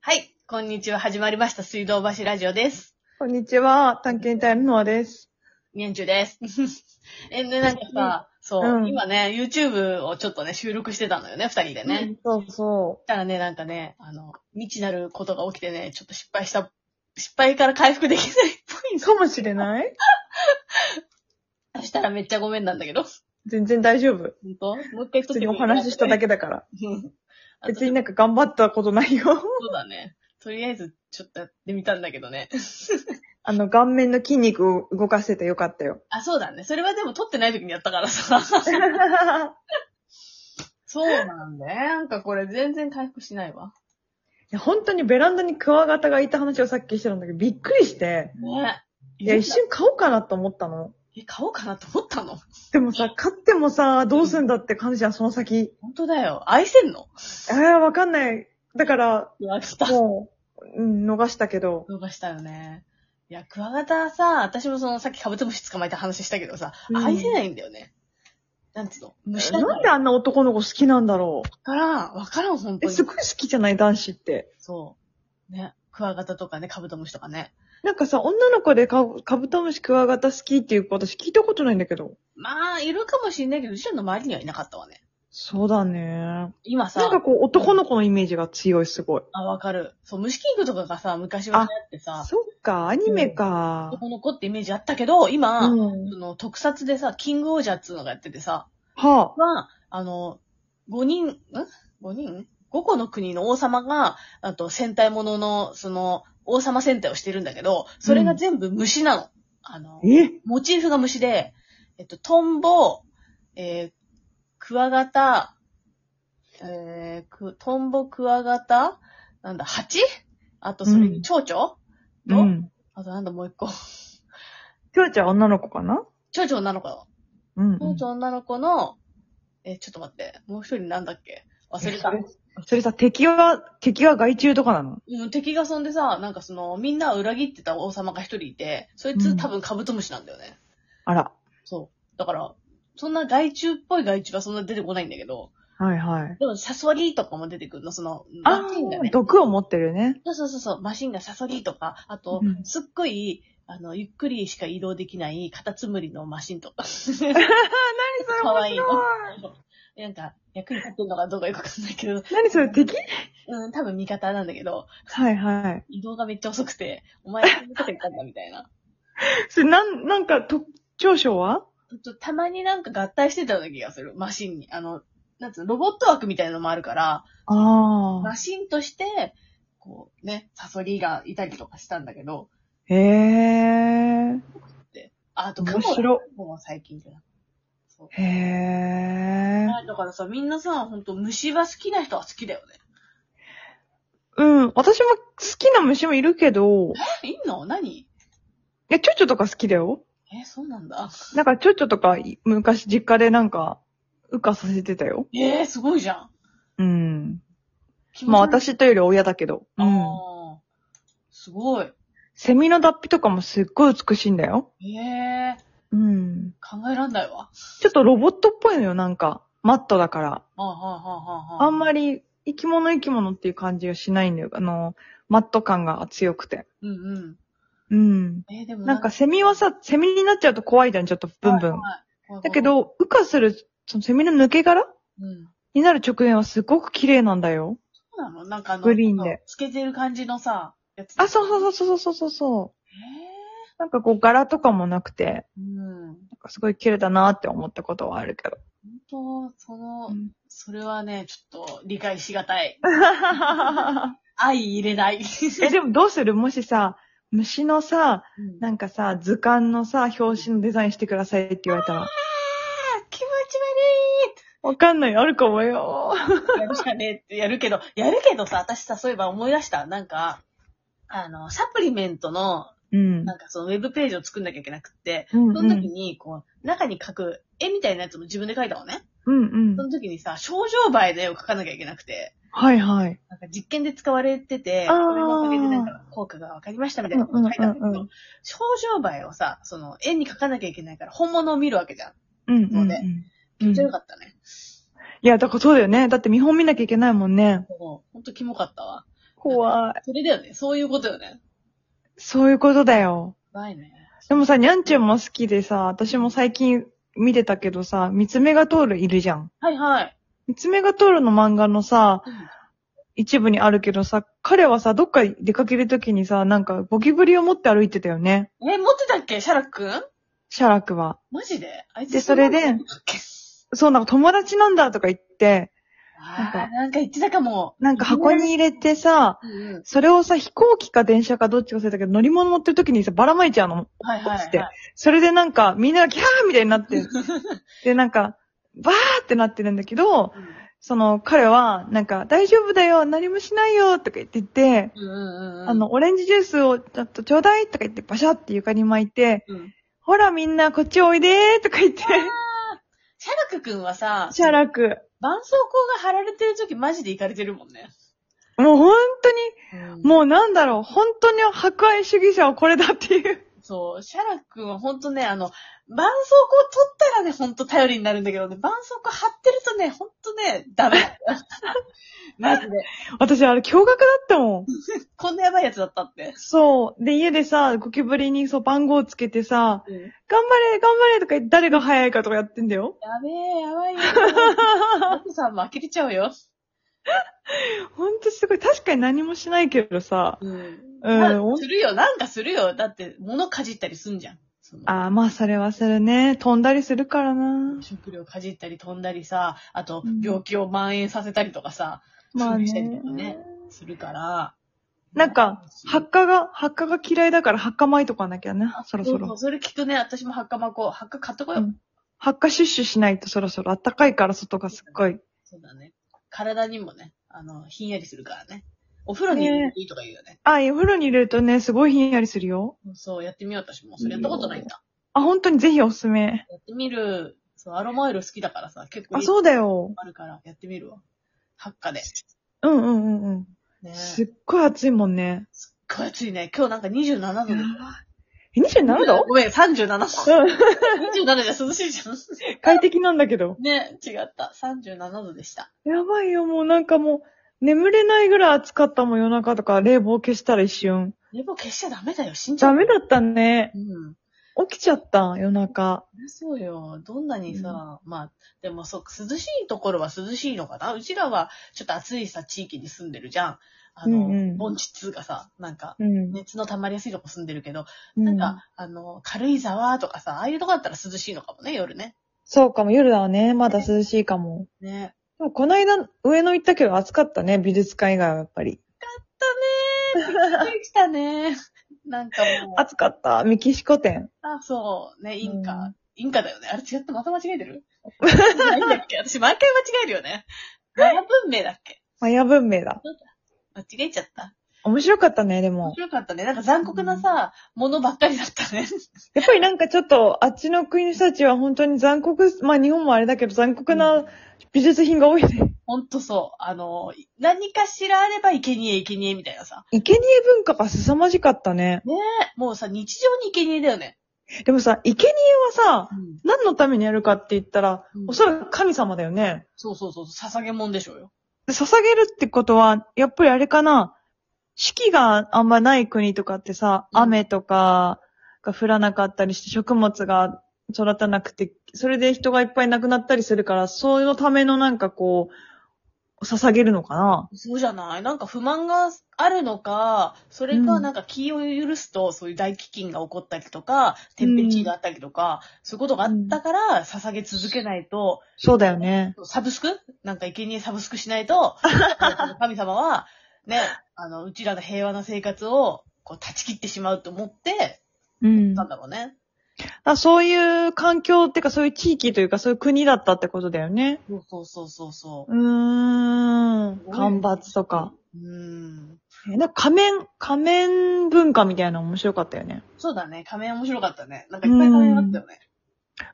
はい。こんにちは。始まりました。水道橋ラジオです。こんにちは、探検隊のノアです。年中です。 え、で、なんかさ、そう、うん今ね、YouTube をちょっとね、収録してたのよね、二人でね。うんそうそたらね、なんかね、あの、未知なることが起きてね、ちょっと失敗した、失敗から回復できないっぽいのう。かもしれないそしたらめっちゃごめんなんだけど。全然大丈夫。本当もう一回普通にお話ししただけ。けだから。うん あと別になんか頑張ったことないよ。そ うだね。とりあえず、ちょっとやってみたんだけどね。あの、顔面の筋肉を動かせてよかった よ。あ、そうだね。それはでも撮ってない時にやったからさ。そうなんだよ。なんかこれ全然回復しないわ。いや本当にベランダにクワガタがいた話をさっきしてたんだけど、びっくりして。ね。いや、一瞬買おうかなと思ったの。え、買おうかなと思ったのでもさ、買ってもさ、どうすんだって感じじゃん、その先。本当だよ。愛せんのえー、わかんない。だから、クワガタ。もう、うん、逃したけど。伸ばしたよね。いや、クワガタさ、私もそのさっきカブトムシ捕まえた話したけどさ、うん愛せないんだよね。なんつうの虫だかなんであんな男の子好きなんだろう。ら、わからん、本当え、に。すごい好きじゃない男子って。そう。ね。クワガタとかね、カブトムシとかね。なんかさ、女の子でカブカブトムシクワガタ好きっていう子私聞いたことないんだけど。まあ、いるかもしんないけど、うちらの周りにはいなかったわね。そうだね。なん今さ、かこう、男の子のイメージが強い、すごい。あ、わかる。そう、虫キングとかがさ、昔は流行ってさ、そっか、アニメか。男の子ってイメージあったけど、今、うん。その特撮でさ、キングオージャーっつうのがやっててさ、はは、あの、5人、ん ?5 人 ?5 個の国の王様が、あと戦隊ものの、その、王様戦隊をしてるんだけど、それが全部虫なの。あのあ。、えモチーフが虫で、えっと、トンボ、えー、クワガタ、えー、く、トンボ、クワガタ、なんだ、ハチあと、それに蝶々、うと、ん。あとなんだもう一個。きょうちゃんは女の子かな蝶々女の子よ。うんうん。蝶々女の子の、え、ちょっと待って、もう一人なんだっけ忘れた。それさ、敵は、敵は害虫とかなのうん、敵がそんでさ、なんかその、みんなを裏切ってた王様が一人いて、そいつ、うん多分カブトムシなんだよね。あら。そう。だから、そんな害虫っぽい害虫はそんな出てこないんだけど、はいはい。でもサソリとかも出てくるの、その、あマシンがね。毒を持ってるね。そうそうそうそう、マシンがサソリとか、あと、うんすっごい、あの、ゆっくりしか移動できないカタツムリのマシンとか。 かわいいの。なんか、役に立ってんのかどうかよくわかんないけど、何それ、敵うん、多分味方なんだけど、はいはい。移動がめっちゃ遅くて、お前、こんなこと言ったんだ、みたいな。それ、なん、なんか、特長所はちょっとたまになんか合体してたような気がする。マシンに。あの、なんつうの、ロボット枠みたいなのもあるから、ああ。マシンとして、こうね、サソリがいたりとかしたんだけど、へえ。ああと、面雲白いも最近じゃなそう。へえ。だからさ、みんなさ、ほんと虫は好きな人は好きだよね。 うん。私も好きな虫もいるけど、え、いいんの何や、チョチョとか好きだよ。え、そうなんだ。なんか、チョチョとか、い昔実家でなんか、羽化させてたよ。えー、すごいじゃん。うん。気持ちまあ、悪い、私というより親だけど。うん。あーすごい。セミの脱皮とかもすっごい美しいんだよ。ええー、うん。考えらんないわ。ちょっとロボットっぽいのよ、なんか。マットだから。ああ、はあ、はあ、はあんまり。り、生き物生き物っていう感じがしないんだよ。あの、マット感が強くて。うんうん。うん。えーでもなんかセミはさ、セミになっちゃうと怖いじゃん、ちょっとブンブン。だけ、ど、羽化する、そのセミの抜け殻怖い怖い怖いうん。になる直前はすごく綺麗なんだよ。そうなのなんかあの、グリーンでつけてる感じのさ、やつ。あ、そうう。そうそうそうそうそう。へなんかこう柄とかもなくて、ぇうん。なんかすごい綺麗だなって思ったことはあるけど。本当その、うんそれはね、ちょっと理解しがた い。愛入れない。え、でもどうするもしさ、虫のさ、うんなんかさ、図鑑のさ、表紙のデザインしてくださいって言われたら、あー気持わかんない、あるかもよ。ち悪いやるしかねえってやるけど、やるけどさ、私さ、そういえば思い出した。なんか、あの、サプリメントの、うん。なんかそのウェブページを作んなきゃいけなくって、うんその時に、こう、中に書く絵みたいなやつも自分で描いたのね。うんうんそ。の時にさ、症状映えの絵を描かなきゃいけなくて、はいはい。なんか実験で使われてて、あーこれのおかげでなんか効果が分かりましたみたいなことを書いたんだけど、うんうんうんう症状映えをさ、その絵に描かなきゃいけないから本物を見るわけじゃん。うんうん、。そううんねうめっんちゃよかったね。いや、だからそうだよね。だって見本見なきゃいけないもんね。もう、ほんとキモかったわ。怖い。それだよね。そういうことよね。そういうことだよ。怖いね。でもさ、にゃんちゅんも好きでさ、私も最近見てたけどさ、三つ目が通るいるじゃん。はいはい。三つ目が通るの漫画のさうん、一部にあるけどさ、彼はさ、どっか出かけるときにさ、なんかゴキブリを持って歩いてたよね。え、持ってたっけシャラくんシャラクは。マジであいつ。で、それなでんだっけ。そう、なんか友達なんだとか言って、あなーんかなんか言ってたかも。なんか箱に入れてさ、うんうん。それをさ、飛行機か電車かどっちか忘れたけど、乗り物乗ってる時にさ、ばらまいちゃうの。はいはい、落ちてはい。それでなんか、みんながキャーみたいになって、で、なんか、バーってなってるんだけど、その、彼は、なんか、大丈夫だよ、何もしないよ、とか言ってて、うんうんうん。あ、の、オレンジジュースをちょっとちょうだいとか言って、バシャって床に巻いて、うん。ほらみんなこっちおいでーとか言って、シャラクくんはさ、シャラク。絆創膏が貼られてる時マジで行かれてるもんね。もう本当に、うんもうなんだろう、本当に博愛主義者はこれだっていう。そう、シャラくんはほんとね、あの、絆創膏取ったらね、ほんと頼りになるんだけどね、絆創膏貼ってるとね、ほんとね、ダメ。 マジで。私あれ驚愕だったもん。こんなやばいやつだったって。そう。で、家でさ、ゴキブリにそう番号つけてさ、うん、頑張れ、頑張れとか言って誰が早いかとかやってんだよ。やべえ、や ばいよ。奥さんも呆れちゃうよ。ほんとすごい。確かに何もしないけどさ。うん。うんなするよ、なんかするよ。だって、物かじったりすんじゃん。そのああ、まあそれはするね。飛んだりするからな。食料かじったり飛んだりさ、あとうん病気を蔓延させたりとかさ、まあそうしたりとかねね。するから。なんか、発火が、発火が嫌いだから発火巻いとかなきゃね。そろそそうそうろ。それ聞くね、私もハッカマコ、ハッカ買っとこよ。うん発火シュッシュしないとそろそろ。あったかいから外がすっごい。そうだね。体にもね、あの、ひんやりするからね。お風呂に入れるといいとか言うよね。あ、お風呂に入れるとね、すごいひんやりするよ。そう、やってみよう、私も。それやったことないんだ。あ、本当にぜひおすすめ。やってみる。そう、アロマオイル好きだからさ、結構いあ、いそうだよ。あるから、やってみるわ。ハッカで。うんうんうんうん。ねすっごい暑いもんね。これ暑いね。今日なんか27度で。え、27度ごめん、37度。うん。 27じゃ涼しいじゃん。快適なんだけど。ね、違った。37度でした。やばいよ、もうなんかもう、眠れないぐらい暑かったもん夜中とか、冷房消したら一瞬。冷房消しちゃダメだよ、死んじゃう。ダメだったね。うん。起きちゃった、夜中。そうよ。どんなにさ、まあ、でもそう、涼しいところは涼しいのかなうちらは、ちょっと暑いさ、地域に住んでるじゃん。あの、うんうん盆地2がさ、なんか、うん。熱の溜まりやすいとこ住んでるけど、ななんか、あの、軽井沢とかさ、ああいうとこだったら涼しいのかもね、夜ね。そうかも、夜だわね。まだ涼しいかも。ね。でもこの間、上野行ったけど暑かったね、美術館以外はやっぱり。できたね。なんかもう、暑かった、メキシコ店。あ、そう、ね、インカ。うんインカだよね。あれ違った、また間違えて るなんだっけ私毎回間違えるよね。マヤ文明だっけマヤ文明だ。間違えちゃった。面白かったね、でも面。白かったね。なんか残酷なさ、ものばっかりだったね。 やっぱりなんかちょっと、あっちの国の人たちは本当に残酷、まあ日本もあれだけど残酷うな美術品が多いね。ほんとそう。あの、何かしらあれば生贄生贄みたいなさ。生贄文化が凄まじかったね。もうさ、日常に生贄だよね。でもさ、生贄はさ、何のためにやるかって言ったら、うんおそらく神様だよね。そうそうそう、捧げもんでしょうよ。で捧げるってことは、やっぱりあれかな、四季があんまない国とかってさ、うん雨とかが降らなかったりして食物が育たなくて、それで人がいっぱい亡くなったりするから、そのためのなんかこう、捧げるのかなそうじゃないなんか不満があるのか、それうかんなんか気を許すと、そういう大飢饉が起こったりとか、天変地異があったりとか、そういうことがあったから、捧げ続けないと、そうだよね。サブスクなんか生贄サブスクしない と、神様は、ね、あの、うちらの平和な生活を、こう、断ち切ってしまうと思って、うんなんだろうね。あ。そういう環境っていうか、そういう地域というか、そういう国だったってことだよね。そうそうそうそうそうーんすご。い干ばつとか。う。うん。えなんか仮面、仮面文化みたいなの面白かったよね。そうだね。仮面面白かったね。なんかいっぱい仮面あったよね。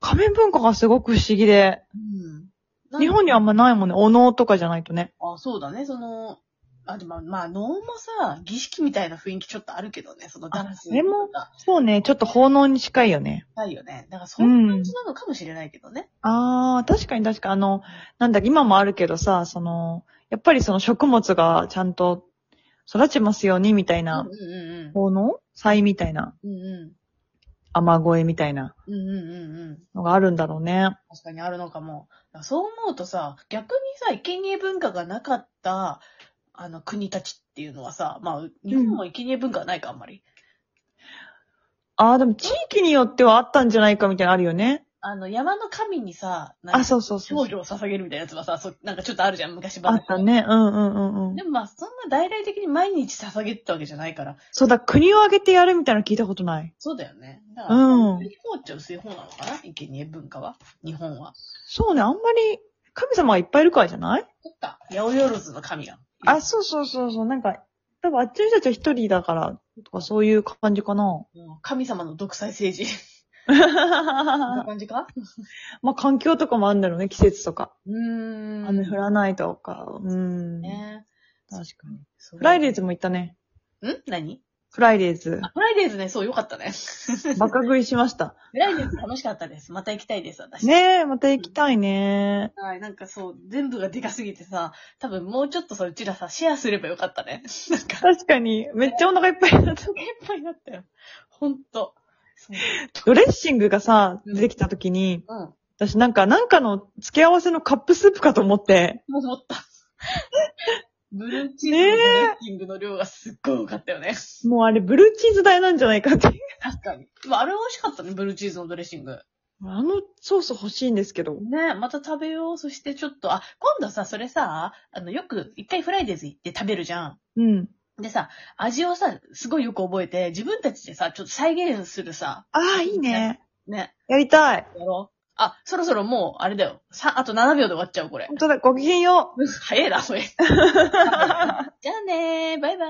仮面文化がすごく不思議で。うん。なんか日本にはあんまないもんね。お能とかじゃないとね。あ、そうだね。その、あ、でも、まあ、能もさ、儀式みたいな雰囲気ちょっとあるけどね。そのダンスそれもがそうね。ちょっと奉納に近いよね。ないよね。だから、そういう感じなのかもしれないけどね。あー、確かに確かにあの、なんだっけ、今もあるけどさ、その、やっぱりその食物がちゃんと育ちますように、みたいうんな、うん方の祭みたいな、うん。うんう。雨声みたいなんうんうんうんうん。のがあるんだろうね。確かにあるのかも。だからそう思うとさ、逆にさ、生贄文化がなかった、あの、国たちっていうのはさ、まあ、日本も生贄文化はないか、あんまり。ああ、でも地域によってはあったんじゃないかみたいなのあるよね。あの、山の神にさ、なんかあ、そうそうそう少。女を捧げるみたいなやつはさ、そなんかちょっとあるじゃん、昔あ話。ったね。うんうんうんうんで。もまあ、そんな大々的に毎日捧げてたわけじゃないから。そうだ、国を挙げてやるみたいなの聞いたことない。そうだよね。だから、うん薄い方っちゃ薄い方なのかな生贄文化は日本は。そうね、あんまり神様がいっぱいいるからじゃないそっか。八百万の神が。あ、そうそうそうそう。なんか、多分あっちの人たちは一人だから、とかそういう感じか な。もう神様の独裁政治。そんなま感じかあ環境とかもあるんだろうね、季節とか。うーん。雨降らないとか。うん。ね。確かに。フフライデーズも行ったね。ん何フライデーズ。あフライデーズね、そう、よかったね。バカ食いしました。フライデーズ楽しかったです。ま た行きたいです、私。。 ねえ、また行きたいね。はい、なんかそう、全部がでかすぎてさ、多分もうちょっとさ、うちらさ、シェアすればよかったね。 なんか、確かに、めっちゃお腹いっぱいになった。お腹いっぱいになったよ。ほんと。そうドレッシングがさ、うん出てきた時に、うん。私なんか、なんかの付け合わせのカップスープかと思って、もう思った。 ブルーチーズのドレッシングの量がすっごい多かったよね。もうあれブルーチーズ代なんじゃないかって。確かに。まあ、あれ美味しかったね、ブルーチーズのドレッシング。あのソース欲しいんですけど。ねまた食べよう。そしてちょっと、あ、今度さ、それさ、あの、よく、一回フライデーズ行って食べるじゃん。うん。でさ、味をさ、すごいよく覚えて、自分たちでさ、ちょっと再現するさ、ああ、いいね。ね、やりたい。やろう。あ、そろそろもう、あれだよ。さ、あと7秒で終わっちゃう、これ 本。当だ、ごきげんよう。早いな、これ。じゃあねー、バイバイ。